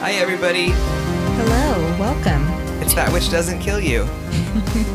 Hi, everybody. Hello, welcome. It's That Which Doesn't Kill You.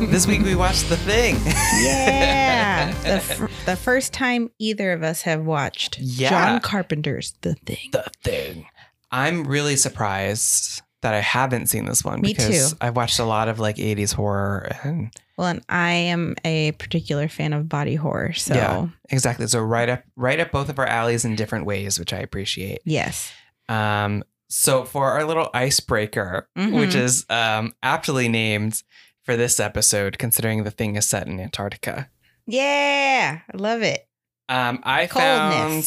this week we watched The Thing. Yeah. the, fir- the first time either of us have watched Yeah. John Carpenter's The Thing. the Thing. I'm really surprised that I haven't seen this one Me because too. I've watched a lot of like 80s horror and Well, and I am a particular fan of body horror. So, Yeah. exactly. So right up right up both of our alleys in different ways, which I appreciate. yes. Um, so for our little icebreaker, Mhm. which is um, aptly named for this episode, considering the thing is set in Antarctica, Yeah. I love it. um, I Coldness.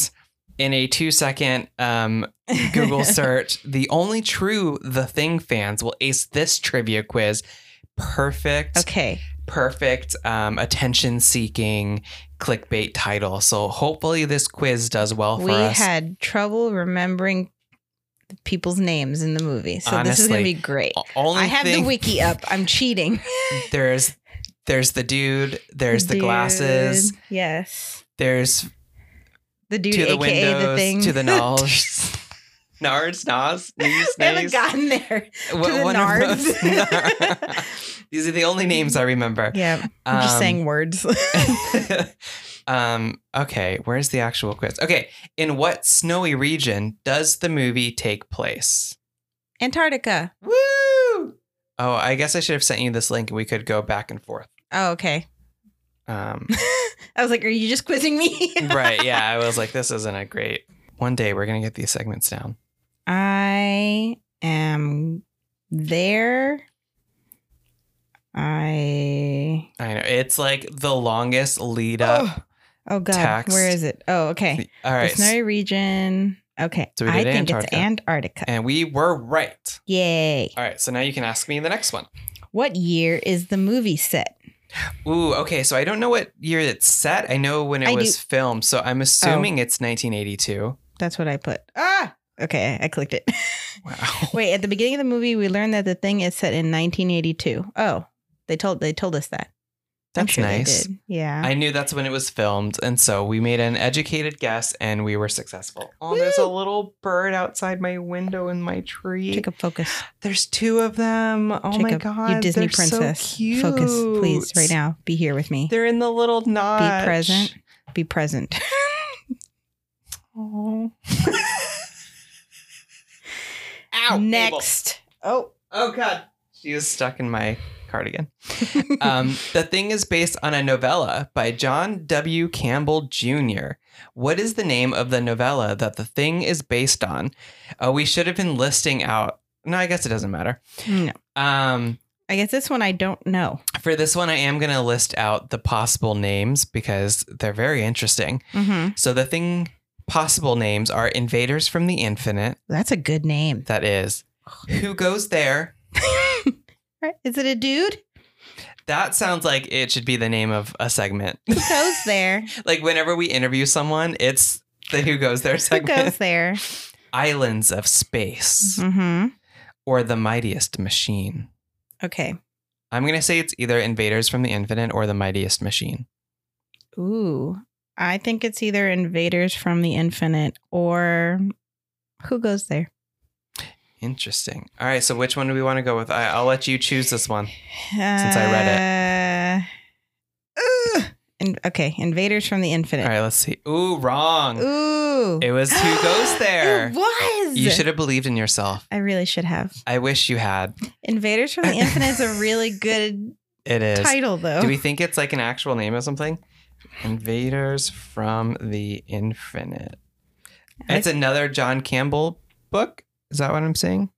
found in a two-second um, Google search the only true The Thing fans will ace this trivia quiz. Perfect, okay. perfect um, attention-seeking clickbait title. So hopefully this quiz does well for we us. had trouble remembering the people's names in the movie. So, this is going to Honestly. be great. O- only I have thing- the wiki up. I'm cheating. There's there's the dude. There's the glasses. Dude, Yes. There's The dude, to the AKA windows, the thing. to the nulls. Nards, Nas, knees, we haven't knees. gotten there. What- the one of those- nards. These are the only names I remember. Yeah, I'm just saying words. saying. um, okay, where's the actual quiz? Okay, in what snowy region does the movie take place? Antarctica. Woo! Oh, I guess I should have sent you this link and we could go back and forth. Oh, okay. Um, I was like, are you just quizzing me? right, yeah, I was like, this isn't a great. One day we're going to get these segments down. I am there. I. I know. It's like the longest lead up. Oh, oh God. Text. Where is it? Oh, okay. All The right. snowy region. Okay. So we I did think it's Antarctica. Antarctica. And we were right. Yay. All right. So now you can ask me the next one. What year is the movie set? Ooh, okay. So I don't know what year it's set. I know when it I was filmed. So I'm assuming it's 1982. That's what I put. Ah. Okay. I clicked it. Wow. Wait, at the beginning of the movie, we learned that the thing is set in 1982. Oh, they told they told us that. I'm That's sure they nice. did. Yeah. I knew that's when it was filmed. And so we made an educated guess and we were successful. Oh, there's a Woo! little bird outside my window in my tree. Jacob, focus. There's two of them. Oh my Jacob, God. you Disney they're so princess. Focus, please, cute. right now. Be here with me. They're in the little knot. Be present. Be present. Ow. Next. Oh, Oh god. She was stuck in my cardigan. um, the thing is based on a novella by John W. Campbell Jr. What is the name of the novella that the thing is based on? Uh, we should have been listing out. No, I guess it doesn't matter. no. Um, I guess this one I don't know. for this one, I am going to list out the possible names because they're very interesting. Mm-hmm. So the thing possible names are Invaders from the Infinite. That's a good name. That is Who Goes There? Right? Is it a dude? That sounds like it should be the name of a segment. Who goes there? like whenever we interview someone, it's the Who Goes There Who segment. goes there? Islands of Space Mm-hmm. or The Mightiest Machine. Okay. I'm going to say it's either Invaders from the Infinite or The Mightiest Machine. Ooh, I think it's either Invaders from the Infinite or who goes there? Interesting. All right, so which one do we want to go with? I, I'll let you choose this one. Since I it. and Uh, okay, Invaders from the All Infinite. right, let's see. Ooh, wrong. Ooh, It was Who Goes There. It was. You should have believed in yourself. I really should have. I wish you had. Invaders from the Infinite is a really good It is. title, though. Do we think it's like an actual name or something? Invaders from the Infinite. It's another John Campbell book. Is that what I'm saying?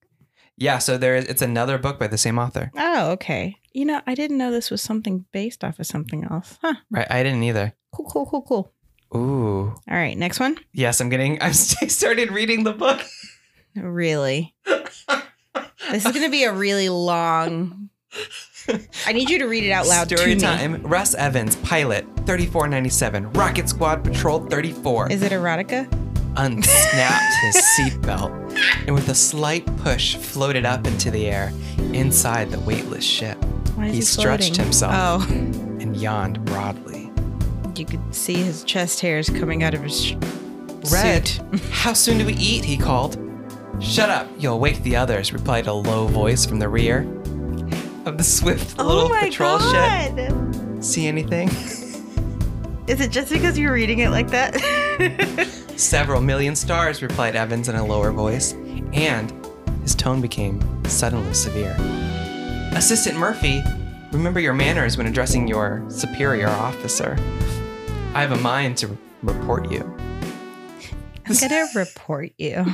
Yeah, so there is it's another book by the same author. oh, okay. You know, I didn't know this was something based off of something else. Huh. Right. I didn't either. Cool, cool, cool, cool. Ooh. All right, next one. Yes, I'm getting I'm I started reading the book. Really? this is going to be a really long. I need you to read it out loud Story to time. Russ Evans, pilot, 3497, Rocket Squad Patrol 34. me. Is it erotica? unsnapped his seatbelt and with a slight push floated up into the air inside the weightless ship Why is He stretched floating? himself. Oh, and yawned broadly. you could see his chest hairs coming out of his. sh- Red, Suit. how soon do we eat? He called. Shut up, you'll wake the others, replied a low voice from the rear of the swift little oh my patrol ship. god! See anything? Is it just because you're reading it like that? Several million stars, replied Evans in a lower voice, and his tone became suddenly severe. Assistant Murphy, remember your manners when addressing your superior officer. I have a mind to report you. I'm gonna report you.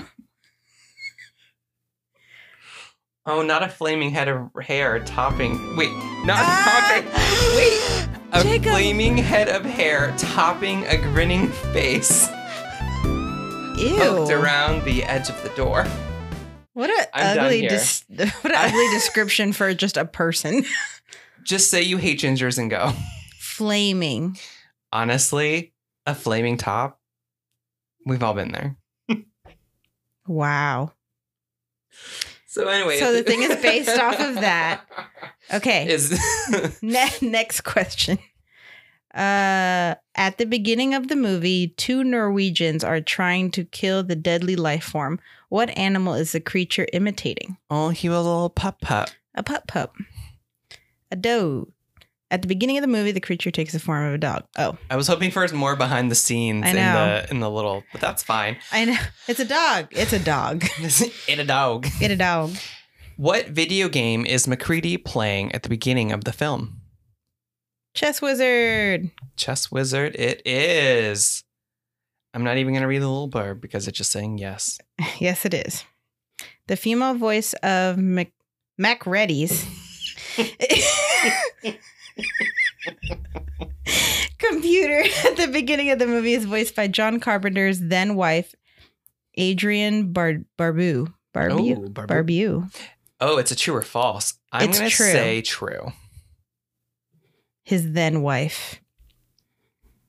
Oh, not a flaming head of hair topping. Wait, not Ah! topping. Wait, a Jacob. flaming head of hair topping a grinning face Ew! poked around the edge of the door. What a I'm done ugly, here. dis- what an I- ugly description for just a person. Just say you hate gingers and go. Flaming. Honestly, a flaming top. We've all been there. Wow. So anyway, So the thing is based off of that. Okay. Is Ne- next question. Uh, at the beginning of the movie, two Norwegians are trying to kill the deadly life form. What animal is the creature imitating? oh, he was a little pup pup. A pup pup. A doe. At the beginning of the movie, the creature takes the form of a dog. Oh, I was hoping for more behind the scenes I in know. the in the little, but that's fine. I know. It's a dog. It's a dog. In a dog. Get a dog. What video game is MacReady playing at the beginning of the film? Chess wizard. Chess Wizard, it is. I'm not even going to read the little blurb because it's just saying yes. Yes, it is. The female voice of Mac Macready's computer at the beginning of the movie is voiced by John Carpenter's then wife, Adrian Bar- Barbu. Barbu. Oh, Barbu. Barbu. Oh, it's a true or false. I'm It's going to true. say true. His then wife.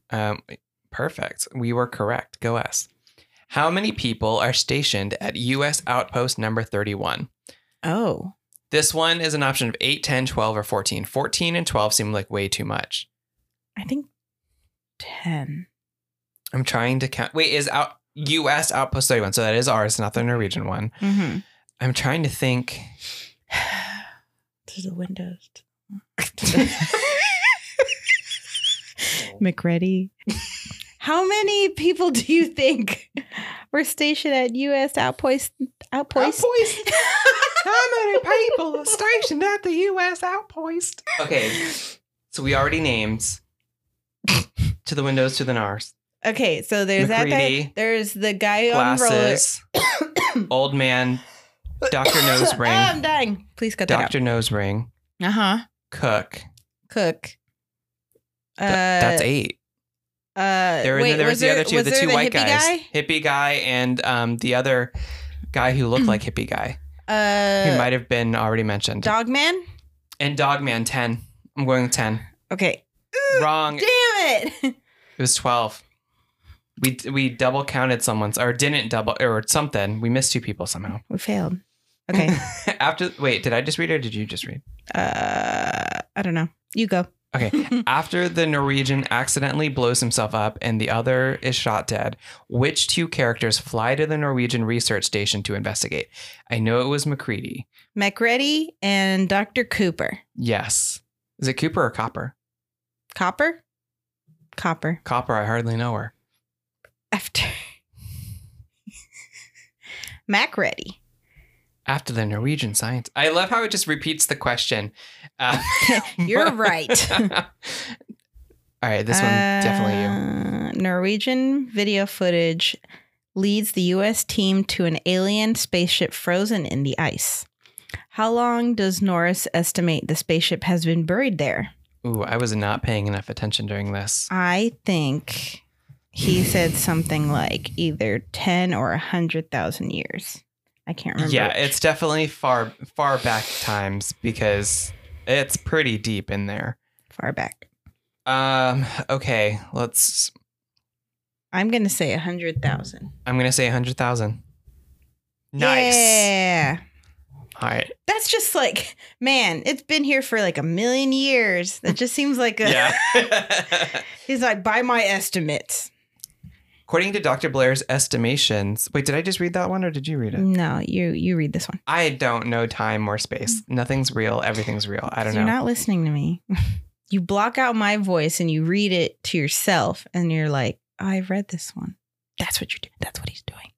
Um, perfect. We were correct. Go us. How many people are stationed at U.S. Outpost number 31? Oh. This one is an option of 8, 10, 12, or 14. 14 and 12 seem like way too much. I think 10. I'm trying to count. Wait, is out U.S. Outpost 31? So that is ours, not the Norwegian one. Mm-hmm. I'm trying to think. to the windows. McReady. How many people do you think were stationed at U.S. outpost? Outpost. Outpost. How many people are stationed at the U.S. outpost? Okay, so we already named to the windows to the NARS. Okay, so there's that guy. McReady. There's the guy Glasses, on roller. old man, Doctor Nose Ah, Ring, I'm dying. Please cut Doctor Nose Ring, that out. Uh huh. Cook. Cook. Uh, Th- That's eight. uh, There, and wait, then there was, the other two, was the there two white hippie guys, guy? hippie guy, and um, the other guy who looked like hippie guy. he Mm. Uh, might have been already mentioned. Dogman. and Dogman ten. I'm going with ten. Okay. Uh, Wrong. Damn it. It was twelve. We we double counted someone's or didn't double or something. We missed two people somehow. We failed. Okay. After wait, did I just read or did you just read? uh, I don't know. You go. Okay. After the Norwegian accidentally blows himself up and the other is shot dead, which two characters fly to the Norwegian research station to investigate? I know it was McCready. MacReady and Dr. Cooper. Yes. Is it Cooper or Copper? Copper? Copper. Copper, I hardly know her. After. MacReady. After the Norwegian science. I love how it just repeats the question. Uh, You're right. All right, this one definitely Uh, you. you. Norwegian video footage leads the U.S. team to an alien spaceship frozen in the ice. How long does Norris estimate the spaceship has been buried there? Ooh, I was not paying enough attention during this. I think he said something like either 10 or 100,000 years. I can't remember. Yeah, it's definitely far far back times because it's pretty deep in there. far back. Um, okay, let's I'm going to say 100,000. I'm going to say 100,000. Nice. Yeah. All right. That's just like, man, it's been here for like a million years. That just seems like a. Yeah. He's like, by my estimates. According to Dr. Blair's estimations, wait, did I just read that one or did you read it? No, you you read this one. I don't know time or space. Nothing's real. Everything's real. I don't know. You're not listening to me. you block out my voice and you read it to yourself, and you're like, I read this one. That's what you're doing. That's what he's doing.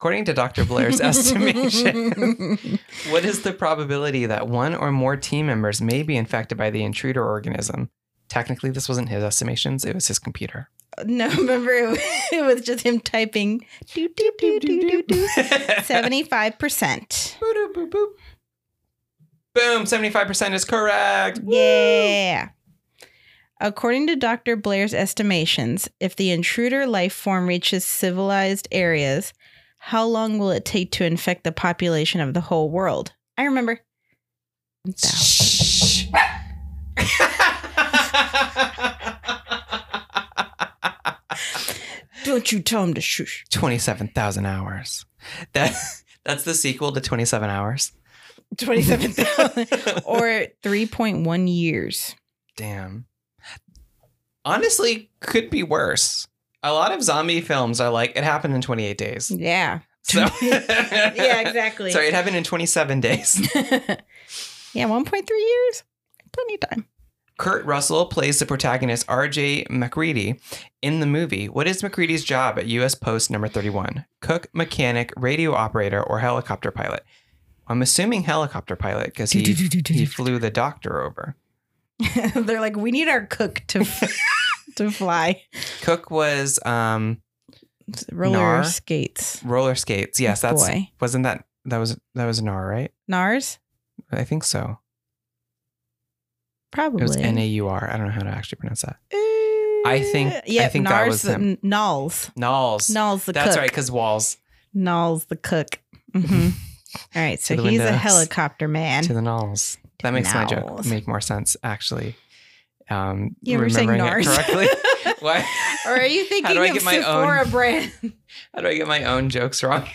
According to Dr. Blair's estimation, what is the probability that one or more team members may be infected by the intruder organism? Technically, this wasn't his estimations, it was his computer. no, remember it was, it was just him typing do do do do do do. Seventy five percent. Boop, boop, boop. Boom, 75% is correct. Woo! Yeah. According to Dr. Blair's estimations, if the intruder life form reaches civilized areas, how long will it take to infect the population of the whole world? I remember. Shh. Don't you tell him to shush. 27,000 hours. That that's the sequel to 27 hours. 27,000 or 3.1 years. Damn. Honestly, could be worse. A lot of zombie films are like it happened in 28 days. Yeah. So Yeah, exactly. Sorry, it happened in 27 days. yeah, 1.3 years. Plenty of time. Kurt Russell plays the protagonist R.J. McReady in the movie. What is McReady's job at U.S. Post Number 31? Cook, mechanic, radio operator, or helicopter pilot? I'm assuming helicopter pilot because he, he flew the doctor over. They're like, we need our cook to to fly Cook was um, roller Nar? skates. roller skates. Yes, that's boy. wasn't that that was that was NAR right? NARS? I think so. Probably. It was N A U R. I don't know how to actually pronounce that. I think- I think that was the, him. Nulls. Nulls. Nulls the That's cook. right, because walls Nulls the cook. hmm All right, so To he's the a windows. helicopter man. to the nulls. That makes my joke Nulls. make more sense actually. Um, You were saying remembering it NARS. correctly. Why? or are you How thinking do I of get my Sephora own- brand? How do I get my own jokes wrong?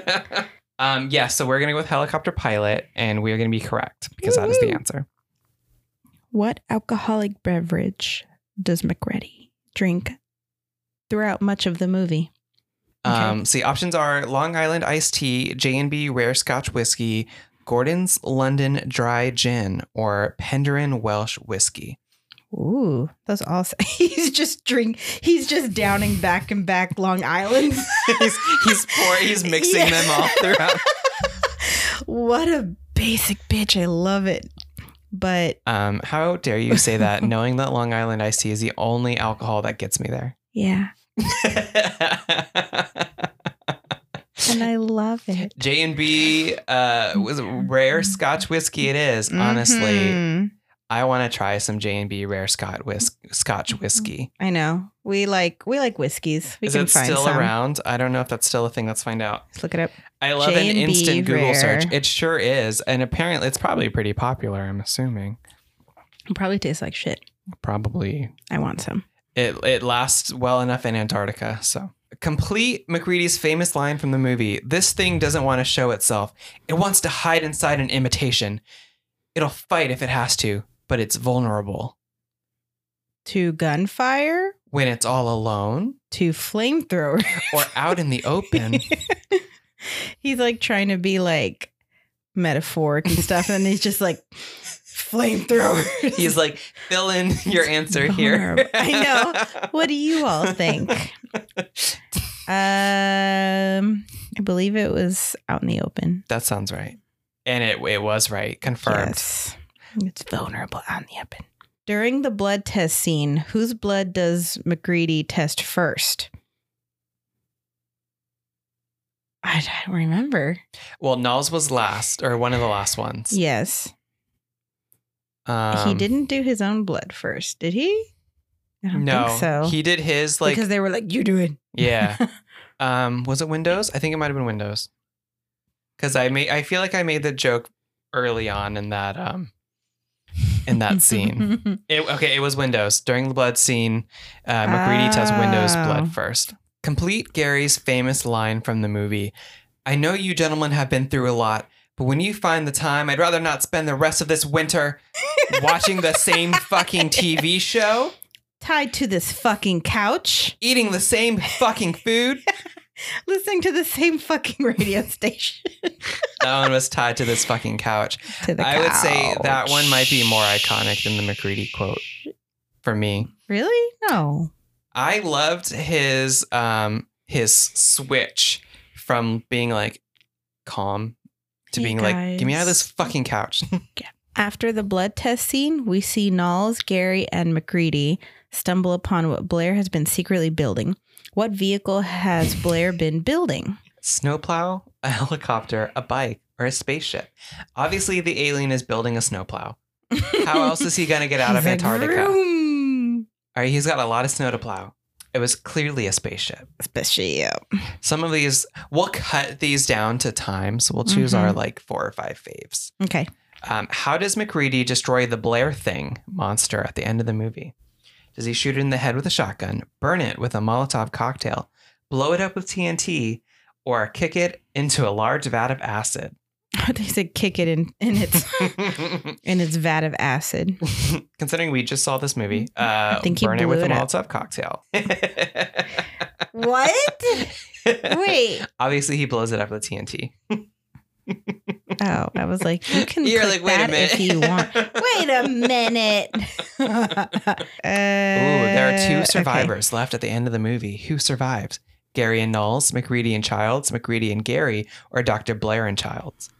um, yeah, so we're gonna go with helicopter pilot, and we are gonna be correct because that is the Woo-hoo. answer. What alcoholic beverage does McReady drink throughout much of the movie? Okay. Um, see, options are Long Island iced tea, J and B rare Scotch whiskey, Gordon's London dry gin, or Penderin Welsh whiskey. Ooh, those all. s- He's just drink. He's just downing back and back Long Island. he's he's poor. He's mixing Yeah. them all throughout. what a basic bitch! I love it. But Um, how dare you say that, knowing that Long Island iced tea is the only alcohol that gets me there. yeah, and I love it. J and B uh, was rare Scotch whiskey. It is, Mm-hmm. honestly. Mhm. I want to try some J and B rare Scotch whis- Scotch whiskey. I know we like we like whiskeys. Mm-hmm. We is can it find still some. around? I don't know if that's still a thing. Let's find out. Let's look it up. I love an J&B instant Google rare. search. It sure is, and apparently it's probably pretty popular. I'm assuming It probably tastes like shit. probably I want some. It it lasts well enough in Antarctica. So complete McReady's famous line from the movie: "This thing doesn't want to show itself. It wants to hide inside an imitation. It'll fight if it has to, but it's vulnerable To gunfire, when it's all alone to flamethrower. or out in the open." he's like trying to be like metaphoric and stuff, and he's just like flamethrower. He's like, "Fill in your answer here." Vulnerable. I know. what do you all think? Um, I believe it was out in the open. That sounds right, and it it was right, confirmed. Yes, it's vulnerable out in the open. During the blood test scene, whose blood does McGreedy test first? I don't remember. Well, Nulls was last, or one of the last ones. Yes. Um, he didn't do his own blood first, did he? I don't no, think so. he did his like because they were like, "You do it." Yeah. um, was it Windows? I think it might have been Windows. Cause I made I feel like I made the joke early on in that um in that scene. It, okay, it was Windows. During the blood scene, uh, McReady tests Windows Oh. blood first. Complete Gary's famous line from the movie. I know you gentlemen have been through a lot, but when you find the time, I'd rather not spend the rest of this winter watching the same fucking TV show. tied to this fucking couch, Eating the same fucking food. listening to the same fucking radio station. that one was tied to this fucking couch. to the I would say that couch. one might be more iconic than the McCready quote for me. Really? No. I loved his um his switch from being like calm to Hey, being like, get me out of guys. this fucking couch. After the blood test scene, we see Knowles, Gary, and McCready stumble upon what Blair has been secretly building. What vehicle has Blair been building? snowplow, a helicopter, a bike, or a spaceship. Obviously, the alien is building a snowplow. How else is he gonna get out of He's like, Antarctica? All "Vroom." right, he's got a lot of snow to plow. It was clearly a spaceship. Spaceship. Some of these, we'll cut these down to time, so we'll choose Mm-hmm. our like four or five faves. Okay. Um, how does McReady destroy the Blair Thing monster at the end of the movie? Does he shoot it in the head with a shotgun, burn it with a Molotov cocktail, blow it up with TNT, or kick it into a large vat of acid? they said kick it in, in its in its vat of acid. Considering we just saw this movie, uh, think he burn it blew with a it up. Molotov cocktail. What? Wait. Obviously, he blows it up with TNT. Oh, I was like, you can You're click like, wait a that minute. if you want. Wait a minute. Ooh, there are Uh, two okay. survivors left at the end of the movie. Who survived? Gary and Knowles, McReady and Childs, McReady and Gary, or Dr. Blair and Childs?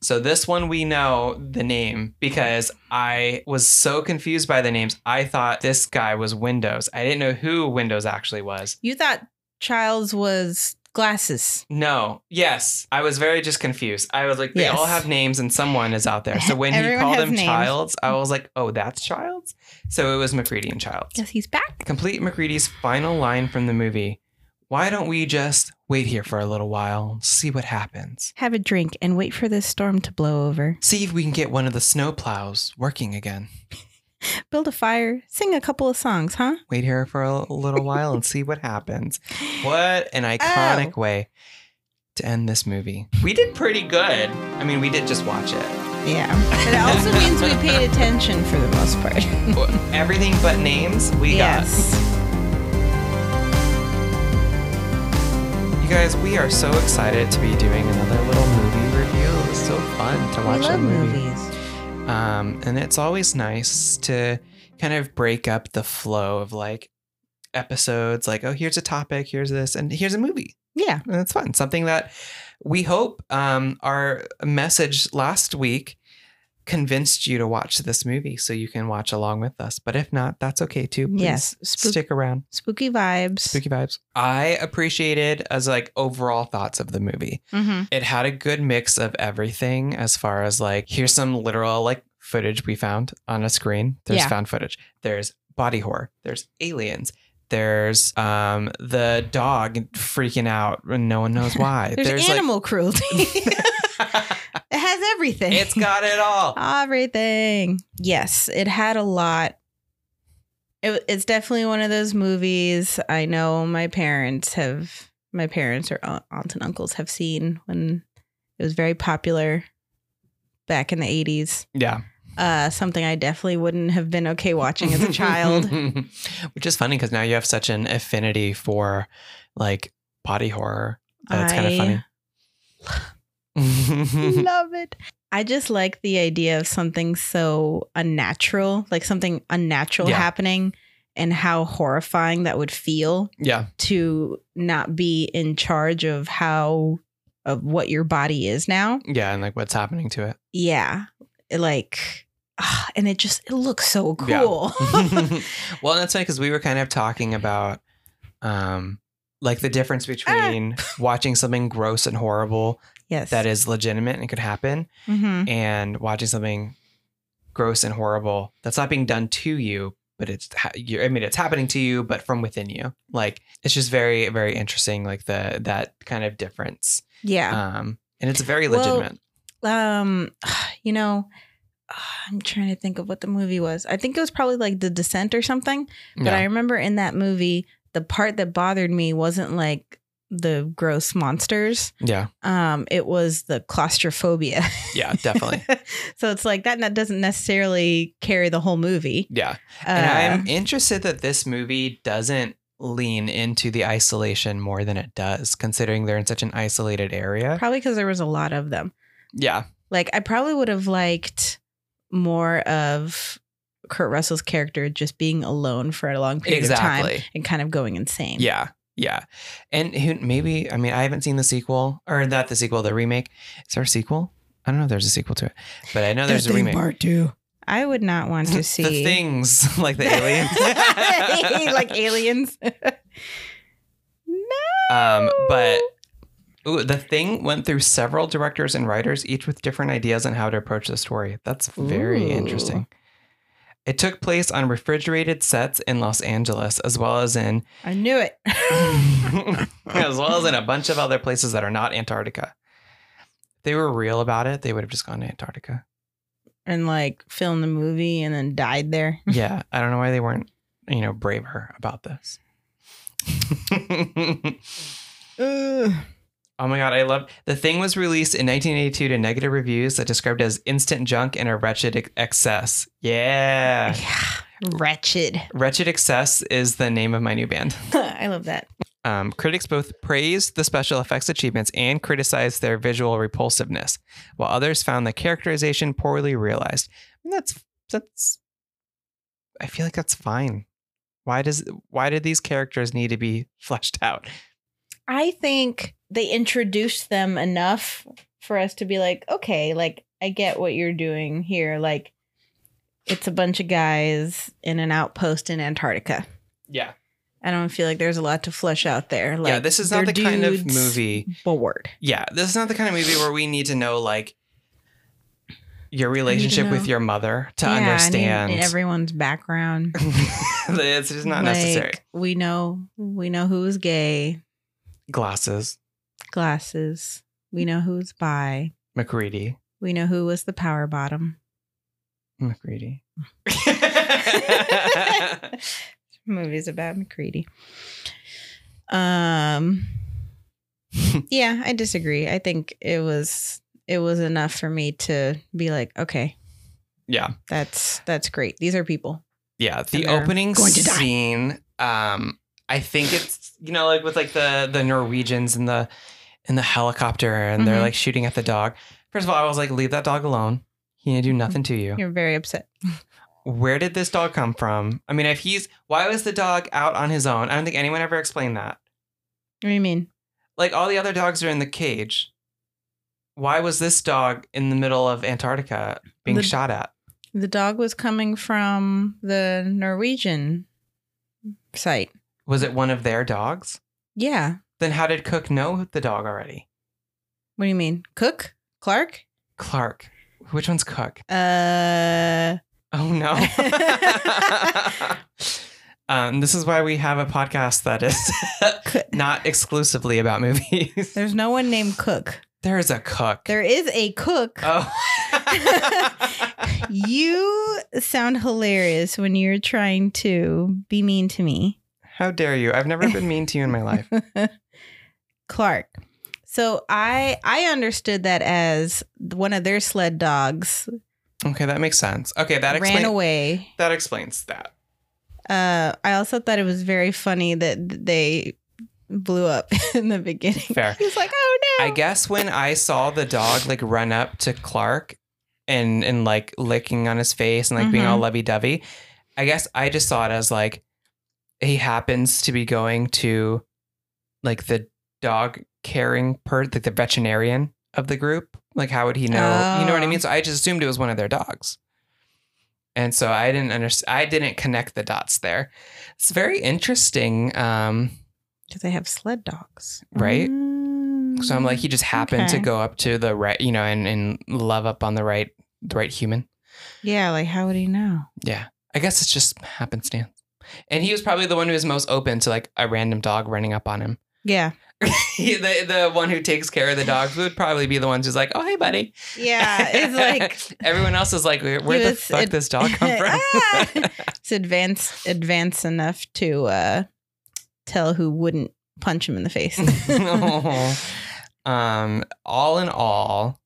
So this one we know the name because I was so confused by the names. I thought this guy was Windows. I didn't know who Windows actually was. You thought Childs was glasses. No. Yes. I was very just confused. I was like, they Yes. all have names and someone is out there. So when he Everyone called has him names. Childs, I was like, oh, that's Childs? So it was McReady and Childs. Yes, he's back. complete McReady's final line from the movie Why don't we just wait here for a little while, see what happens? Have a drink and wait for this storm to blow over. See if we can get one of the snow plows working again. Build a fire, sing a couple of songs, huh? Wait here for a little while and see what happens. What an Oh. iconic way to end this movie. We did pretty good. I mean, we did just watch it. Yeah. But it also means we paid attention for the most part. Everything but names, we yes. got. You guys, we are so excited to be doing another little movie review. It was so fun to watch we a love movie. movies. Um, and it's always nice to kind of break up the flow of like episodes, like, oh, here's a topic, here's this, and here's a movie. Yeah. And it's fun. Something that we hope um, our message last week convinced you to watch this movie so you can watch along with us. But if not, that's okay too. Please Yes. Spook- stick around. spooky vibes. Spooky vibes. I appreciated as like overall thoughts of the movie Mm-hmm. it had a good mix of everything as far as like here's some literal like footage we found on a screen there's Yeah. found footage there's body horror there's aliens there's um the dog freaking out and no one knows why There's, animal cruelty. it like has everything. it's got it all everything. Yes, it had a lot. It, it's definitely one of those movies I know my parents have, my parents or au- aunts and uncles have seen when it was very popular back in the 80s. yeah Uh, something I definitely wouldn't have been okay watching as a child. which is funny because now you have such an affinity for like body horror that's kind of I- funny Love it. I just like the idea of something so unnatural, like something unnatural Yeah. happening and how horrifying that would feel yeah to not be in charge of how of what your body is now. yeah and like what's happening to it Yeah. Like ah, and it just it looks so Yeah. cool. well, and that's funny because we were kind of talking about um like the difference Ah. between watching something gross and horrible yes. that is legitimate and could happen hmm and watching something gross and horrible that's not being done to you but it's ha- you're, i mean it's happening to you but from within you like it's just very very interesting like the that kind of difference Yeah. um and it's very Well, legitimate um you know ah, I'm trying to think of what the movie was. I think it was probably like The Descent or something. But yeah. I remember in that movie, the part that bothered me wasn't like the gross monsters. Yeah. Um, it was the claustrophobia. Yeah, definitely. so it's like that ne- doesn't necessarily carry the whole movie. yeah. Uh, And I'm interested that this movie doesn't lean into the isolation more than it does, considering they're in such an isolated area. probably because there was a lot of them. Yeah. Like I probably would have liked more of Kurt Russell's character just being alone for a long period of time Exactly. and kind of going insane. Yeah. Yeah. And who, maybe, I mean, I haven't seen the sequel or not the sequel, the remake. Is there a sequel? I don't know if there's a sequel to it, but I know there's a remake. part two. I would not want to see the things like the aliens. like aliens. Um, but ooh, the thing went through several directors and writers, each with different ideas on how to approach the story. That's very Ooh. interesting. It took place on refrigerated sets in Los Angeles, as well as in I knew it. as well as in a bunch of other places that are not Antarctica. If they were real about it, they would have just gone to Antarctica. and like filmed the movie and then died there. Yeah, I don't know why they weren't, you know, braver about this. Oh my god, I love the thing was released in 1982 to negative reviews that described it as instant junk and a wretched ex- excess. Yeah, Wretched. wretched excess is the name of my new band. I love that. Um, critics both praised the special effects achievements and criticized their visual repulsiveness, while others found the characterization poorly realized. And that's that's. I feel like that's fine. Why does why do these characters need to be fleshed out? I think they introduced them enough for us to be like, okay, like I get what you're doing here. Like it's a bunch of guys in an outpost in Antarctica. Yeah, I don't feel like there's a lot to flesh out there. Like yeah. This is not they're the kind of dudes movie bored. yeah, this is not the kind of movie where we need to know like your relationship with know. your mother to Yeah, I need understand. everyone's background. it's just not Like, necessary. We know we know who's gay, Glasses, glasses. We know who's bi. McReady, We know who was the power bottom. McReady. Movies about McCready. Um Yeah, I disagree. I think it was it was enough for me to be like, okay, yeah, that's that's great. These are people. yeah. The And they're opening going to die. scene. Um, I think it's you know like with like the the Norwegians and the in the helicopter and they're Mhm. like shooting at the dog. First of all, I was like, leave that dog alone. He didn't do Mm-hmm. nothing to you. You're very upset. where did this dog come from? I mean, if he's why was the dog out on his own? I don't think anyone ever explained that. What do you mean? Like all the other dogs are in the cage. Why was this dog in the middle of Antarctica being The- shot at? The dog was coming from the Norwegian site. Was it one of their dogs? Yeah. Then how did Cook know the dog already? What do you mean? Cook? Clark? Clark. Which one's Cook? Uh Oh no. um, this is why we have a podcast that is Cook. not exclusively about movies. There's no one named Cook. There is a cook. There is a cook. Oh. you sound hilarious when you're trying to be mean to me. How dare you? I've never been mean to you in my life. Clark. So I I understood that as one of their sled dogs Okay, that makes sense. Okay, that ran explains away. that explains that. Uh, I also thought it was very funny that they blew up in the beginning. Fair. He was like, "Oh no!" I guess when I saw the dog like run up to Clark and and like licking on his face and like being all lovey dovey, I guess I just saw it as like he happens to be going to like the dog caring per like the veterinarian of the group. Like how would he know? You know what I Oh. mean? So I just assumed it was one of their dogs. And so I didn't understand I didn't connect the dots there. It's very interesting. Um Because they have sled dogs, Right? Mm. so I'm like, he just happened to okay. go up to the right, you know, and, and love up on the right, the right human. yeah, like how would he know? Yeah. I guess it's just happenstance. And he was probably the one who was most open to like a random dog running up on him. Yeah, He- the, the one who takes care of the dogs would probably be the ones who's like, oh, hey, buddy. yeah. It's like everyone else is like, where, where He the was fuck ad- this dog come from? Ah! it's advanced advanced enough to uh tell who wouldn't punch him in the face. um, all in all,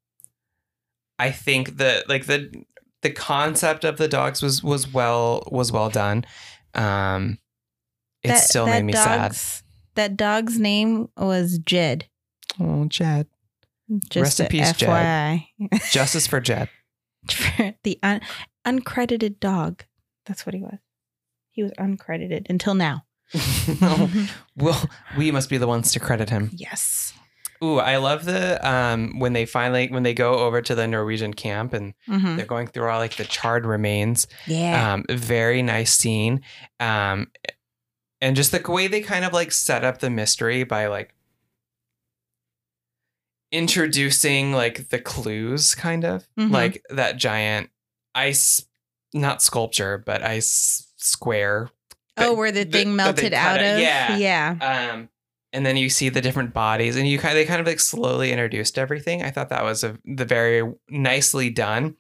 I think that like the the concept of the dogs was was well was well done. Um, it That- still that made me sad. dog's- That dog's name was Jed. Oh, Jed. Just Rest in a peace, Jed. FYI. Justice for Jed. For the un- uncredited dog. That's what he was. He was uncredited until now. Oh. well, we must be the ones to credit him. yes. Ooh, I love the um when they finally when they go over to the Norwegian camp and Mhm. they're going through all like the charred remains. Yeah. Um, very nice scene. Um, and just the way they kind of like set up the mystery by like introducing like the clues, kind of Mhm. like that giant ice, not sculpture, but ice square. oh, that- where the that- thing that they melted cut out of. Yeah. Yeah. Um, and then you see the different bodies, and you kind they kind of like slowly introduced everything. I thought that was a, the very nicely done,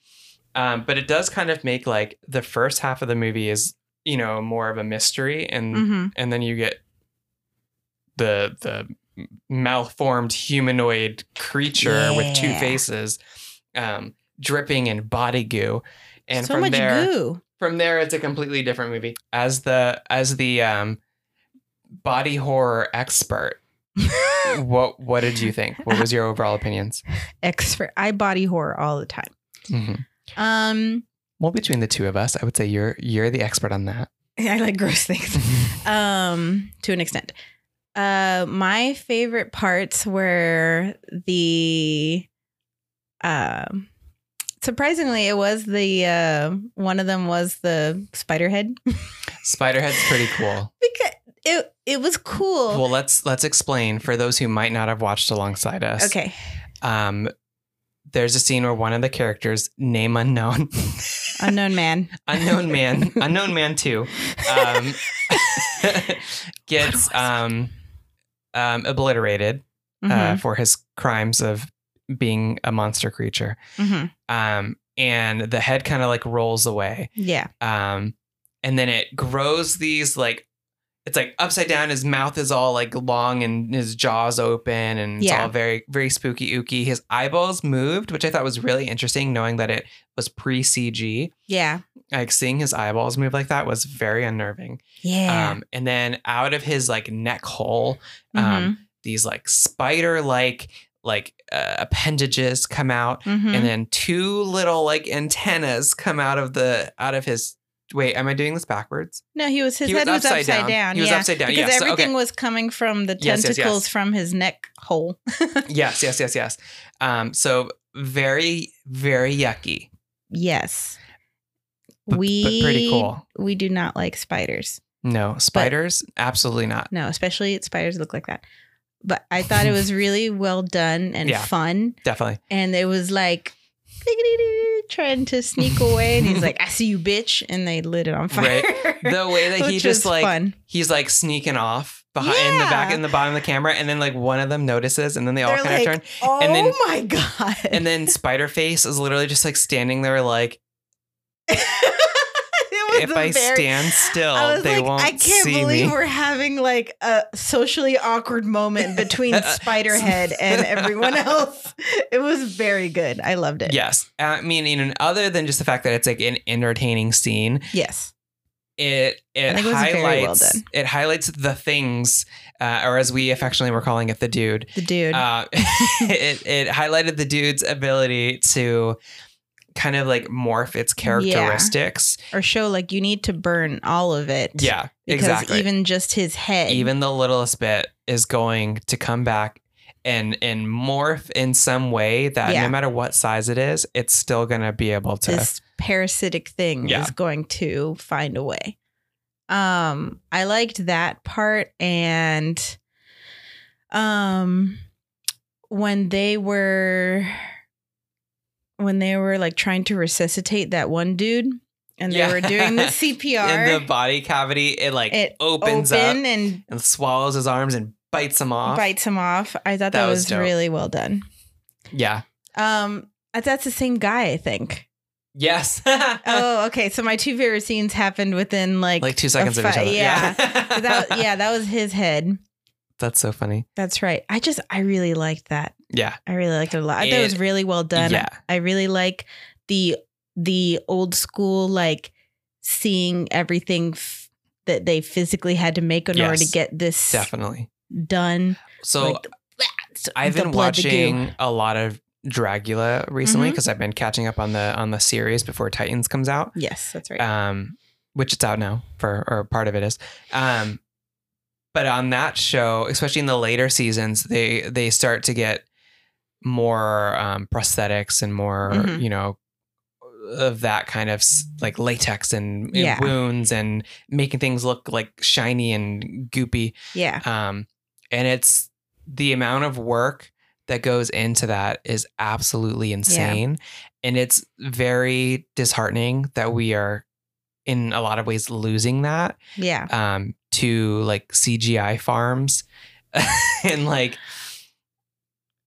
um, but it does kind of make like the first half of the movie is you know more of a mystery, and hmm and then you get the the malformed humanoid creature with two Yeah. faces, um, dripping in body goo, and so from much there goo. from there it's a completely different movie as the as the um body horror expert what what did you think what was your overall opinions Expert. I body horror all the time. Mhm. Um, well between the two of us i would say you're you're the expert on that I like gross things. um to an extent uh my favorite parts were the um surprisingly it was the uh one of them was the spider head spiderhead's pretty cool because it it was cool well let's let's explain for those who might not have watched alongside us okay um there's a scene where one of the characters name unknown unknown man unknown man unknown man too um, gets um, um, obliterated uh, Mhm, for his crimes of being a monster creature. mhm. Um, and the head kind of like rolls away. yeah Um, and then it grows these like, it's like upside down. His mouth is all like long and his jaws open and it's Yeah. all very, very spooky ooky. His eyeballs moved, which I thought was really interesting, knowing that it was pre CG. yeah Like seeing his eyeballs move like that was very unnerving. yeah Um, and then out of his like neck hole, Mhm, um, these like spider like like uh, appendages come out mhm. and then two little like antennas come out of the out of his wait am i doing this backwards no he was his he was head was upside, upside down, down. He was yeah. upside down, because yeah, so, everything okay. was coming from the Yes, yes, tentacles yes. from his neck hole yes yes yes yes um so very very yucky Yes. but, we but pretty cool We do not like spiders. no spiders absolutely not No, especially spiders look like that. But I thought it was really well done and Yeah. fun. definitely And it was like "Diggity-doo," trying to sneak away. And he's like, I see you, bitch. And they lit it on fire. the way that he Which just was like fun. he's like sneaking off behind in the back Yeah. in the bottom of the camera and then like one of them notices and then they all They're kind of like, turn oh and then- my God. and then Spiderface is literally just like standing there, like It was if a I very- stand still, I was they like, won't I can't see believe me. we're having like a socially awkward moment between Spiderhead and everyone else. It was very good. I loved it. Yes, I mean, and other than just the fact that it's like an entertaining scene, Yes. it it think it was highlights very well done. it highlights the things, uh, or as we affectionately were calling it, the dude. The dude. Uh, it it highlighted the dude's ability to kind of like morph its characteristics. or show like you need to burn all of it. Yeah, Because exactly. even just his head. even the littlest bit is going to come back and and morph in some way that Yeah. no matter what size it is, it's still gonna be able to. this parasitic thing Yeah. is going to find a way. Um, I liked that part and um when they were when they were like trying to resuscitate that one dude and they Yeah. were doing the in CPR the body cavity, it like It opens open up and and swallows his arms and bites him off. bites him off. I thought that, That was was, dope. really well done. Yeah. Um I- that's the same guy, I think. Yes. Oh, okay. So my two favorite scenes happened within like like two seconds a of each fi- other. yeah. So that yeah, that was his head. That's so funny. That's right. I just I really liked that. Yeah. I really liked it a lot. I thought it was It- really well done. yeah. I really like the the old school like seeing everything f- that they physically had to make in order to Yes. get this Definitely. done. So Like, the- I've the been blood, the goo. watching a lot of Dragula recently Mhm. because I've been catching up on the on the series before Titans comes out. Yes, that's right. Um which it's out now for or part of it is. Um but on that show, especially in the later seasons, they they start to get more um, prosthetics and more, Mhm. you know, of that kind of s- like latex and, and Yeah. wounds and making things look like shiny and goopy. yeah. Um, and it's the amount of work that goes into that is absolutely insane. And it's very disheartening that we are in a lot of ways losing that Yeah. um, to like CGI farms and like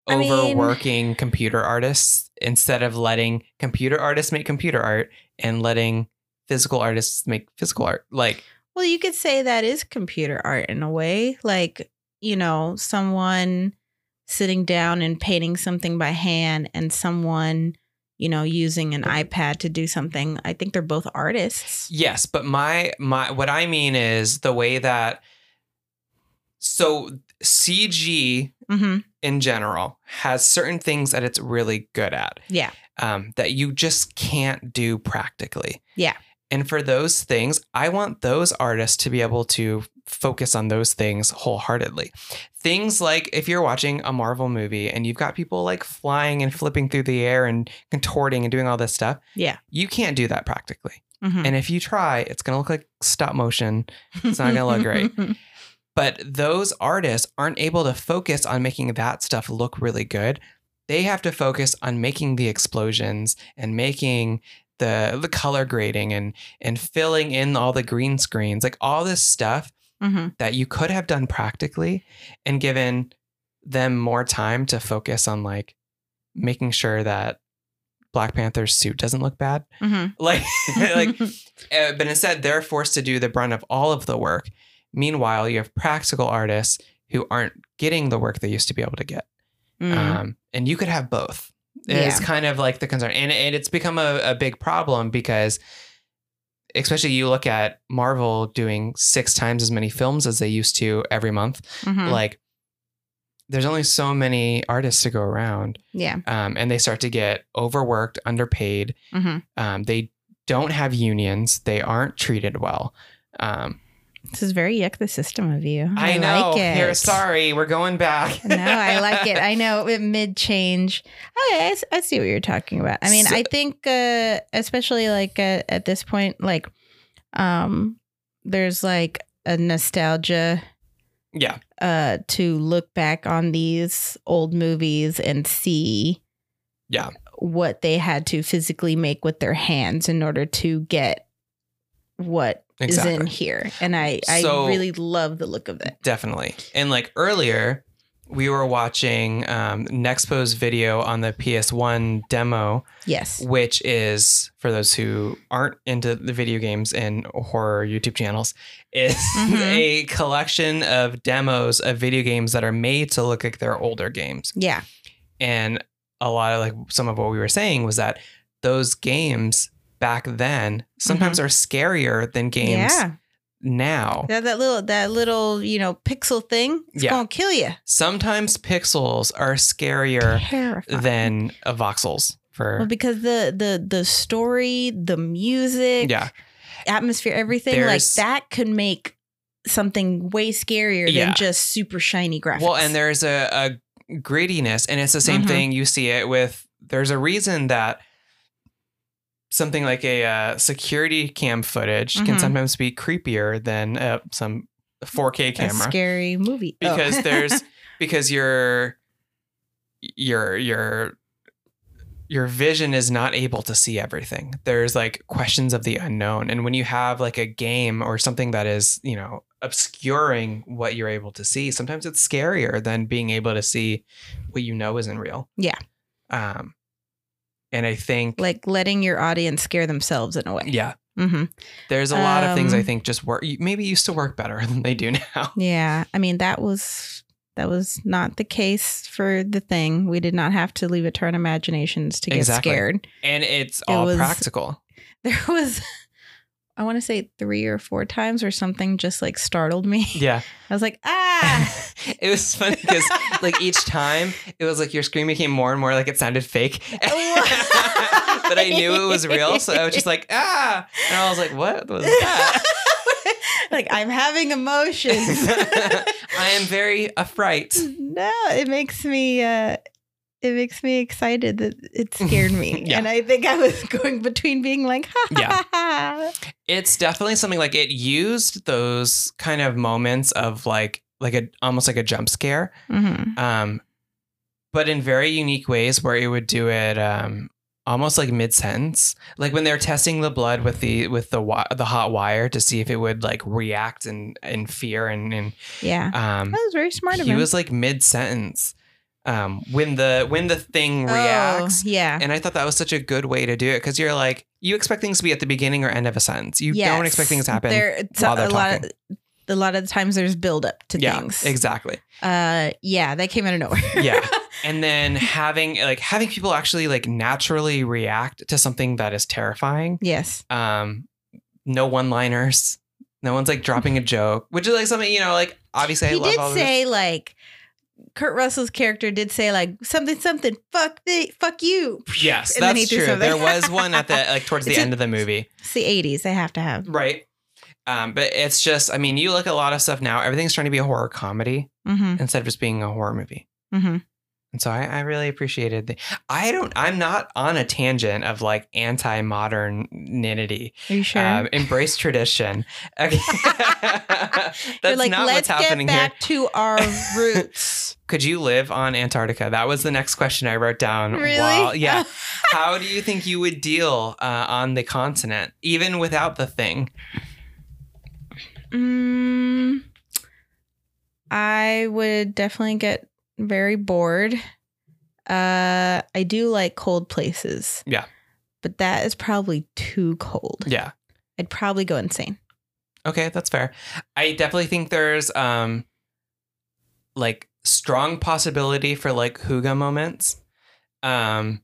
I mean- overworking computer artists instead of letting computer artists make computer art and letting physical artists make physical art. Like, Well, you could say that is computer art in a way. Like, you know, someone sitting down and painting something by hand and someone, you know, using Mm-hmm. an iPad to do something. I think they're both artists. Yes, but my my what I mean is the way that so CG Mm-hmm. in general has certain things that it's really good at Yeah. um, that you just can't do practically. Yeah. And for those things, I want those artists to be able to focus on those things wholeheartedly. Things like if you're watching a Marvel movie and you've got people like flying and flipping through the air and contorting and doing all this stuff. Yeah. You can't do that practically. Mm-hmm. And if you try, it's going to look like stop motion. it's not gonna look great. But those artists aren't able to focus on making that stuff look really good. They have to focus on making the explosions and making the the color grading and and filling in all the green screens, like all this stuff hmm that you could have done practically and given them more time to focus on like making sure that Black Panther's suit doesn't look bad. hmm Like like uh, but instead they're forced to do the brunt of all of the work. Meanwhile, you have practical artists who aren't getting the work they used to be able to get. Mm-hmm. Um, and you could have both. It's kind of like the concern. And, and it's become a, a big problem because, especially you look at Marvel doing six times as many films as they used to every month. Mm-hmm. Hmm. Like, there's only so many artists to go around. yeah. Um, and they start to get overworked, underpaid, hmm um, they don't have unions. They aren't treated well. Um, This is very yuck the system of you. I, Mm-hmm. I, know. like it. Here, sorry, we're going back. no, I like it. I know it mid change. Okay, I, s- I see what you're talking about. I mean, So- I think uh, especially like uh, at this point, like um, there's like a nostalgia yeah, uh, to look back on these old movies and see, Yeah. what they had to physically make with their hands in order to get what is in exactly. here, and I So- I really love the look of it. Definitely. And like earlier, we were watching um, Nexpo's video on the PS1 demo, Yes. which is for those who aren't into the video games and horror YouTube channels, is Mhm. a collection of demos of video games that are made to look like they're older games. Yeah. And a lot of like some of what we were saying was that those games back then sometimes are scarier than games Mm-hmm. Yeah. now. That, that little that little you know pixel thing it's Yeah. gonna kill you. Sometimes pixels are scarier Terrifying. than uh, voxels for well, because the the the story, the music, yeah, atmosphere, everything There's- like that could make something way scarier Yeah. than just super shiny graphics. Well, and there's a, a grittiness, and it's the same Mhm. thing. You see it with there's a reason that something like a uh, security cam footage can Mhm. sometimes be creepier than uh, some 4K a camera scary movie Oh. because there's because your your your your vision is not able to see everything. There's like questions of the unknown, and when you have like a game or something that is you know obscuring what you're able to see, sometimes it's scarier than being able to see what you know isn't real. Yeah. Um, and I think like letting your audience scare themselves in a way. yeah, hmm there's a lot of things I Um, think just work maybe used to work better than they do now. Yeah. I mean, that was That was not the case for the thing. We did not have to leave it to our imaginations to get Exactly. scared. and it's all was- practical. There was, I want to say three or four times or something just like startled me. Yeah. I was like, ah. it was funny because like each time it was like your scream became more and more like it sounded fake. but I knew it was real, so I was just like, ah. And I was like, "Ah." what was that? like, I'm having emotions. I am very affright. no, it makes me. Uh, it makes me excited that it scared me, Yeah. and I think I was going between being like, ha ha, Yeah. ha ha. It's definitely something like it used those kind of moments of like like a almost like a jump scare Mm-hmm. um, but in very unique ways where it would do it um, almost like mid sentence, like when they're testing the blood with the with the wi- the hot wire to see if it would like react in in fear and and Yeah, um, that was very smart of he him. was like mid sentence um, when the when the thing reacts. Oh, yeah. And I thought that was such a good way to do it because you're like you expect things to be at the beginning or end of a sentence. You don't expect things to happen. There, it's while a- they're a lot. Of, a lot of the times, there's buildup to yeah, things. exactly. Uh, yeah, that came out of nowhere. Yeah. and then having like having people actually like naturally react to something that is terrifying yes. um no one liners no one's like dropping a joke which is like something you know like obviously i he love did all of say like Kurt Russell's character did say like something something fuck the fuck you. this. yes And then he that's threw true something. there was one at the like towards the It's a- end of the movie It's the eighties. They have to have. right um but it's just i mean you look at a lot of stuff now everything's trying to be a horror comedy Mm-hmm. instead of just being a horror movie Mm-hmm. and so I, I really appreciated the I don't I'm not on a tangent of like anti-modernity. Are you sure? um, embrace tradition. Okay. That's You're like, not what's let's happening get back to our here. roots. Could you live on Antarctica? That was the next question I wrote down. really? while- yeah. How do you think you would deal uh, on the continent, even without the thing? Mm, I would definitely get very bored. Uh, I do like cold places. Yeah. But that is probably too cold. Yeah. I'd probably go insane. Okay, that's fair. I definitely think there's um, like strong possibility for like huga moments. Um,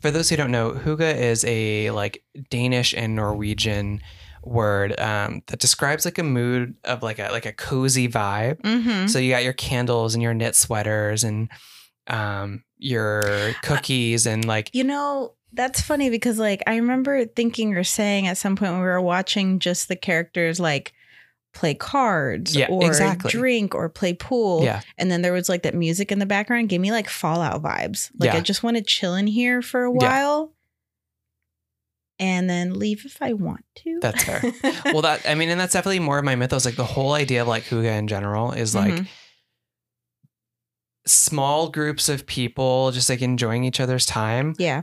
for those who don't know, huga is a like Danish and Norwegian word um, that describes like a mood of like a like a cozy vibe. Mm-hmm. So you got your candles and your knit sweaters and um, your cookies and like You know, that's funny because like I remember thinking or saying at some point when we were watching just the characters like play cards Yeah, or exactly. drink or play pool. yeah And then there was like that music in the background gave me like fallout vibes. Like Yeah. I just want to chill in here for a Yeah. while. And then leave if I want to. That's fair. well that I mean and that's definitely more of my mythos like the whole idea of like huga in general is like Mhm. small groups of people just like enjoying each other's time yeah,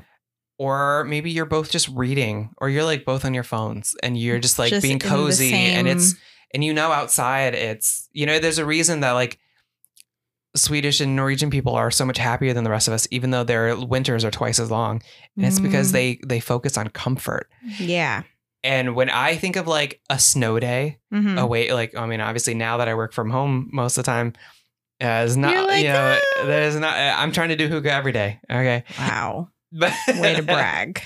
or maybe you're both just reading or you're like both on your phones and you're just like Just being in the cozy and it's same- and you know outside it's you know there's a reason that like Swedish and Norwegian people are so much happier than the rest of us even though their winters are twice as long and it's because Mm. they they focus on comfort Mm-hmm. yeah. and when I think of like a snow day Mhm. away like i mean obviously now that i work from home most of the time uh, it's You're not like, you know "Ah." there's not uh, i'm trying to do hookah every day okay Wow. but Way to brag.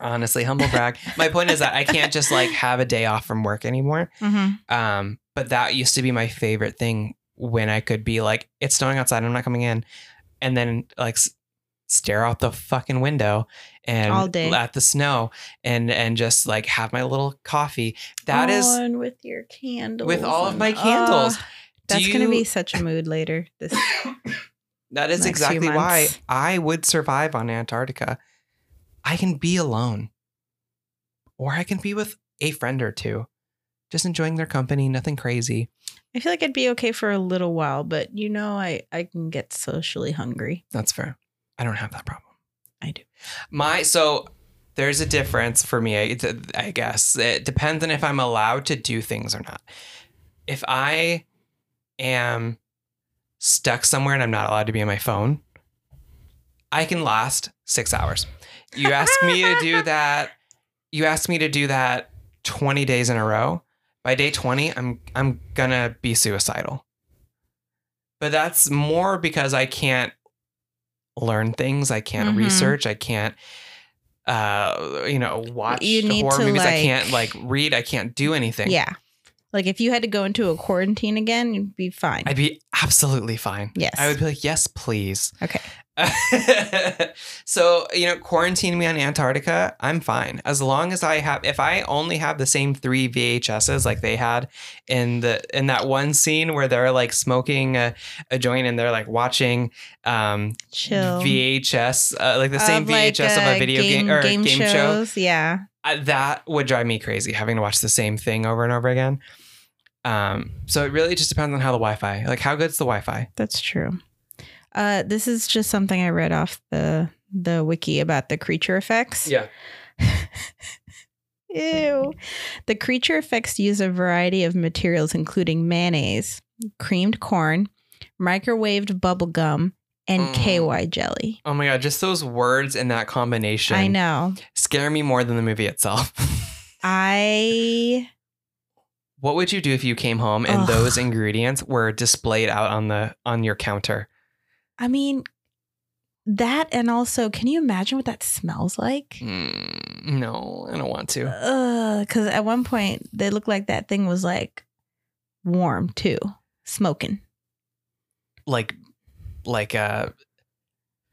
honestly humble brag my point is that i can't just like have a day off from work anymore hmm um but that used to be my favorite thing when i could be like it's snowing outside i'm not coming in and then like s- stare out the fucking window and All day. at the snow and and just like have my little coffee That is On with your candles. with all of and- my candles Oh, Do that's going to you- be such a mood later. This That is next few exactly why months. I would survive on Antarctica. I can be alone, or I can be with a friend or two, just enjoying their company, nothing crazy. I feel like I'd be okay for a little while, but you know, I I can get socially hungry. That's fair. I don't have that problem. I do. My so there's a difference for me, I I guess. It depends on if I'm allowed to do things or not. If I am stuck somewhere and I'm not allowed to be on my phone, I can last six hours. You ask me to do that. You ask me to do that 20 days in a row. By day 20, I'm I'm gonna be suicidal. But that's more because I can't learn things. I can't Mhm. research. I can't, uh, you know, watch You need horror to, movies. I like- can't like read. I can't do anything. Yeah. Like if you had to go into a quarantine again, you'd be fine. I'd be absolutely fine. yes. I would be like, yes, please. Okay. so, you know, quarantine me on Antarctica, I'm fine. As long as I have if I only have the same 3 VHSs like they had in the in that one scene where they're like smoking a, a joint and they're like watching um Chill. VHS uh, like the same Of, like, VHS of uh, a video game, or game, show, shows. Yeah. I, that would drive me crazy having to watch the same thing over and over again. Um so it really just depends on how the Wi-Fi. Like how good's the Wi-Fi? That's true. Uh, this is just something I read off the the wiki about the creature effects. Yeah. Ew. The creature effects use a variety of materials, including mayonnaise, creamed corn, microwaved bubble gum, and Mm. KY jelly. Oh my god, just those words and that combination I know. scare me more than the movie itself. I what would you do if you came home and Ugh. those ingredients were displayed out on the on your counter? I mean that and also can you imagine what that smells like? Mm, no, I don't want to. because at one point they looked like that thing was like warm too, smoking. Like like a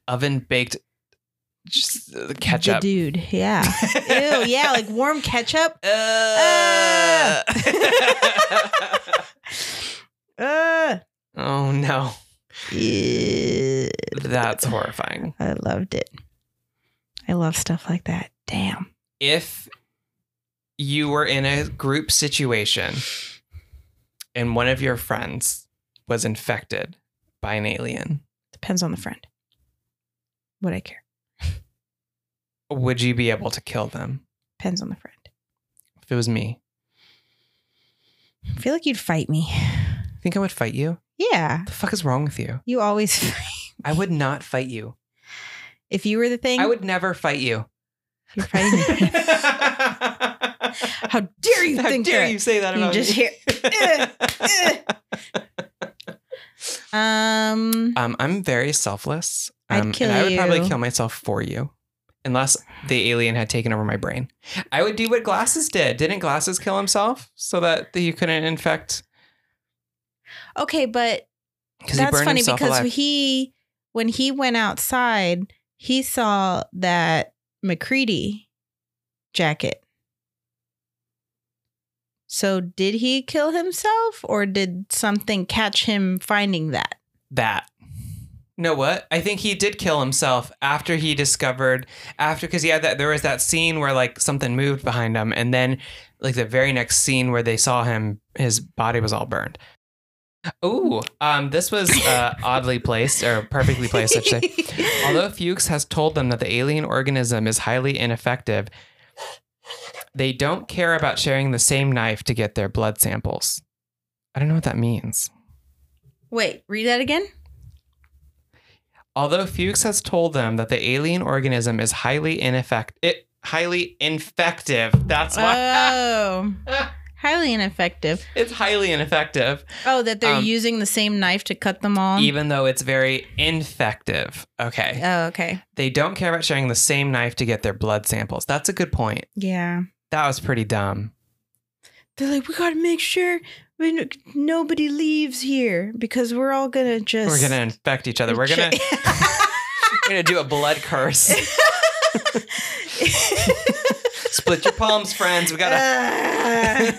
oven baked just uh, The ketchup. dude, yeah. Ew, yeah, like Ah. warm ketchup. Uh. Uh, oh no. ew. That's horrifying. I loved it. I love stuff like that. Damn. if you were in a group situation and one of your friends was infected by an alien, Depends on the friend. Would I care? would you be able to kill them? Depends on the friend. If it was me, I feel like you'd fight me. you think I would fight you? Yeah. The fuck is wrong with you? You always fight. I would not fight you. If you were the thing, I would never fight you. you're fighting me. How dare you How think dare that? you say that You about just me? hear, eh. um, Um, I'm very selfless. I'd Um, kill and I would probably you. kill myself for you, unless the alien had taken over my brain. I would do what Glasses did. Didn't Glasses kill himself so that you couldn't infect? okay, but Because he That's burned funny himself because alive. he when he went outside, he saw that McCready jacket. So did he kill himself or did something catch him finding that? that. No, what? I think he did kill himself after he discovered after because he had that. There was that scene where like something moved behind him, and then like the very next scene where they saw him, his body was all burned. Ooh, um, this was uh, oddly placed or perfectly placed, I should say. Although Fuchs has told them that the alien organism is highly ineffective, they don't care about sharing the same knife to get their blood samples. I don't know what that means. Wait, read that again? Although Fuchs has told them that the alien organism is highly ineffective, it highly infective. That's why Oh. Highly ineffective. it's highly ineffective, Oh, that they're Um, using the same knife to cut them all. even though it's very infective. Okay, oh, okay. they don't care about sharing the same knife to get their blood samples. That's a good point. Yeah. That was pretty dumb. they're like, we gotta make sure we, nobody leaves here because we're all gonna just We're gonna infect each other. We're gonna We're gonna do a blood curse. Split your palms, friends. We gotta.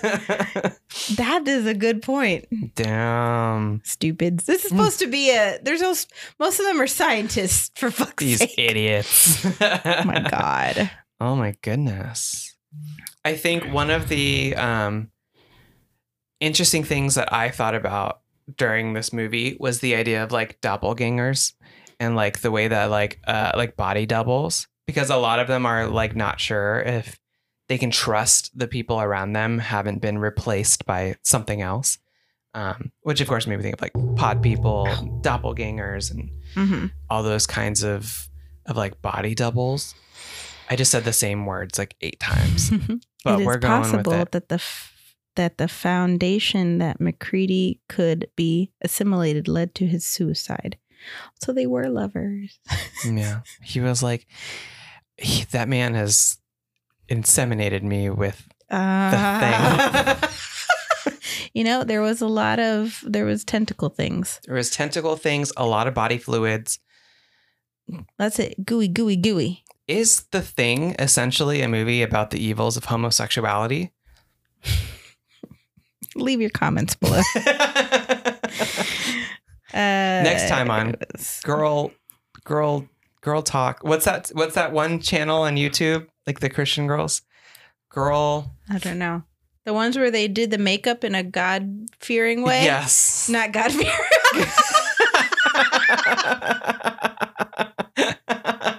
Ah, that is a good point. Damn. Stupids. This Mm. is supposed to be a. There's no. s- Most of them are scientists. For fuck's These sake. idiots. Oh my god. Oh my goodness. I think one of the um, interesting things that I thought about during this movie was the idea of like doppelgangers and like the way that like uh, like body doubles because a lot of them are like not sure if they can trust the people around them haven't been replaced by something else. Um, which of course made me think of like pod people, doppelgangers, and hmm all those kinds of of like body doubles. I just said the same words like eight times, but it is we're going possible with it. that the f- that the foundation that McCready could be assimilated led to his suicide. So they were lovers. Yeah. He was like, "He- that man has inseminated me with Ah. the thing. you know, there was a lot of there was tentacle things. there was tentacle things, a lot of body fluids. That's it. Gooey, gooey, gooey. Is The Thing essentially a movie about the evils of homosexuality? Leave your comments below. Uh, Next time on Uh, girl, girl, girl talk. What's that? What's that one channel on YouTube? Like the Christian girls? Girl. I don't know. The ones where they did the makeup in a God fearing way. Yes. Not God fearing.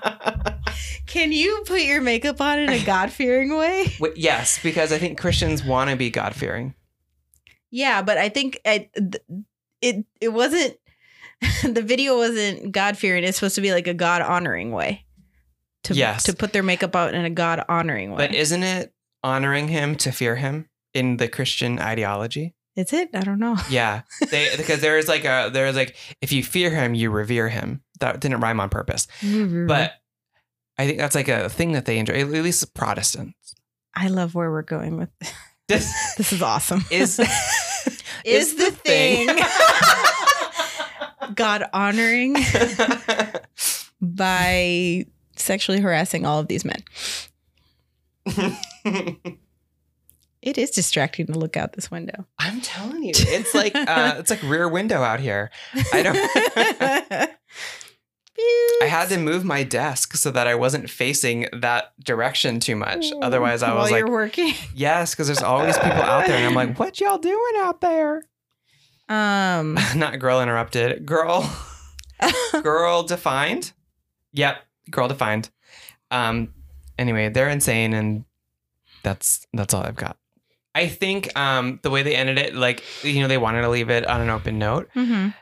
Can you put your makeup on in a God fearing way? Wait, yes, because I think Christians want to be God fearing. Yeah, but I think I, th- it it wasn't the video wasn't God fearing. It's supposed to be like a God honoring way. To, Yes. to put their makeup out in a God honoring way. But isn't it honoring him to fear him in the Christian ideology? Is it? I don't know. Yeah, they, because there is like a there is like if you fear him, you revere him. That didn't rhyme on purpose, Mm-hmm. but I think that's like a thing that they enjoy. At least Protestants. I love where we're going with This this. Is awesome. is Is the thing. God honoring by sexually harassing all of these men. It is distracting to look out this window. I'm telling you, it's like uh, it's like Rear Window out here. I don't. I had to move my desk so that I wasn't facing that direction too much. Otherwise, I Mm, While was like, you're working. yes, because there's always people out there. And I'm like, what y'all doing out there? Um, Not girl interrupted. Girl, girl defined. Yep, girl defined. Um, anyway, they're insane, and that's that's all I've got. I think um, the way they ended it, like you know, they wanted to leave it on an open note, mhm.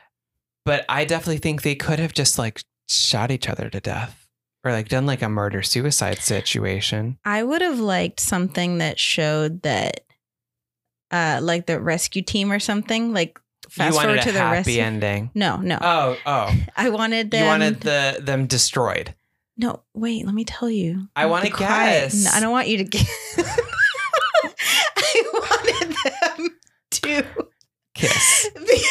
but I definitely think they could have just like shot each other to death or like done like a murder suicide situation. I would have liked something that showed that, uh, like the rescue team or something. Like fast you wanted forward a to the happy rescue. ending. No, no. Oh, oh, I wanted them. you wanted the them destroyed. No, wait, let me tell you. I wanna Be quiet. guess. No, I don't want you to guess. I wanted them to. Kiss. be-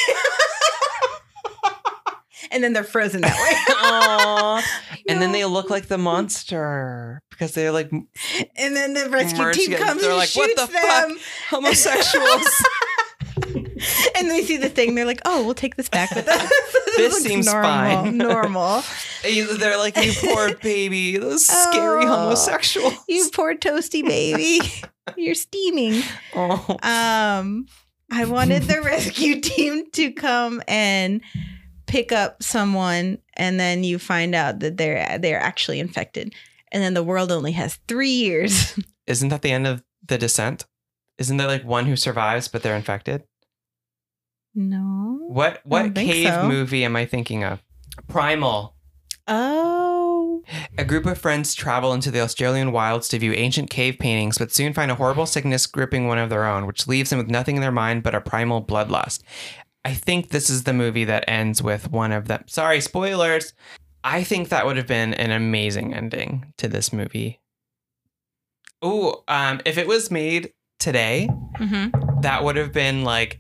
and then they're frozen that way. And then No. they look like the monster because they're like And then the rescue Merge team together. comes They're and like, "What shoots the fuck?" them. homosexuals. and they see the thing. They're like, "Oh, we'll take this back with us." This looks seems normal, fine. Normal. They're like, you poor baby, those scary Oh. homosexuals. You poor toasty baby. You're steaming. oh. Um, I wanted the rescue team to come and pick up someone, and then you find out that they're they're actually infected, and then the world only has three years. Isn't that the end of the descent? Isn't there like one who survives but they're infected? No. What what think cave so. movie am I thinking of? Primal. Oh. A group of friends travel into the Australian wilds to view ancient cave paintings, but soon find a horrible sickness gripping one of their own, which leaves them with nothing in their mind but a primal bloodlust. I think this is the movie that ends with one of them. Sorry, spoilers. I think that would have been an amazing ending to this movie. Ooh, um, if it was made today, Mm-hmm. that would have been like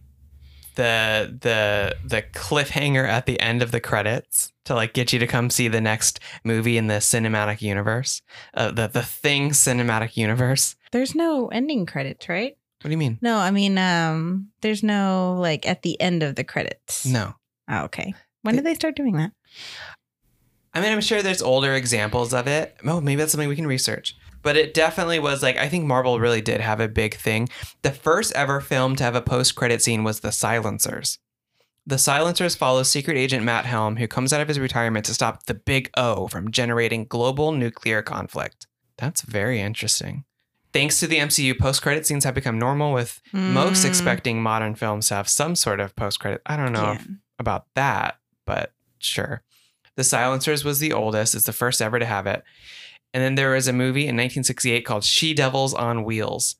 the the the cliffhanger at the end of the credits to like get you to come see the next movie in the cinematic universe uh, the the thing cinematic universe There's no ending credits, right? what do you mean No, I mean, um, there's no like at the end of the credits. no Oh, okay. When did they start doing that? i mean i'm sure there's older examples of it oh maybe that's something we can research but it definitely was like i think marvel really did have a big thing the first ever film to have a post-credit scene was the silencers The Silencers follow secret agent Matt Helm, who comes out of his retirement to stop the Big O from generating global nuclear conflict. That's very interesting. Thanks to the MCU, post-credit scenes have become normal, with most Mm. expecting modern films to have some sort of post-credit. I don't know Yeah. if- about that, but sure. The Silencers was the oldest; it's the first ever to have it. And then there was a movie in 1968 called She Devils on Wheels.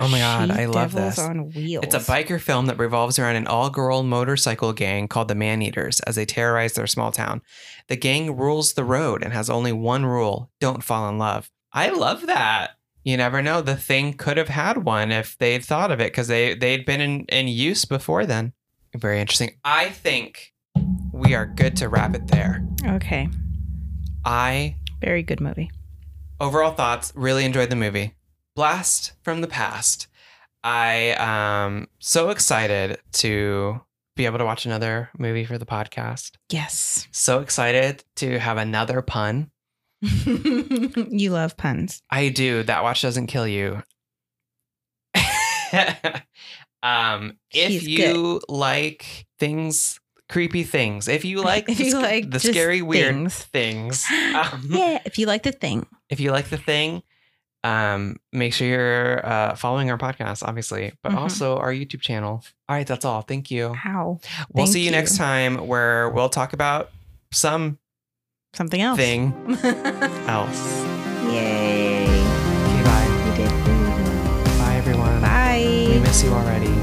Oh my god, She I love Devils this. On wheels. It's a biker film that revolves around an all girl motorcycle gang called the Maneaters as they terrorize their small town. The gang rules the road and has only one rule don't fall in love. I love that. You never know. The thing could have had one if they'd thought of it because they, they'd been in, in use before then. Very interesting. I think we are good to wrap it there. Okay, I very good movie. overall thoughts really enjoyed the movie blast from the past i am so excited to be able to watch another movie for the podcast Yes, so excited to have another pun you love puns. i do that watch doesn't kill you um if He's you like things creepy things if you like the, If you sc- like the just scary weird things. things um, yeah, if you like the thing, if you like the thing, um, make sure you're uh, following our podcast, obviously, but Mhm. also our YouTube channel. All right, that's all. Thank you. how we'll Thank see you, you. next time where we'll talk about something something else. else. Yay! Okay, bye. You did. Bye, everyone. Bye. We miss you already.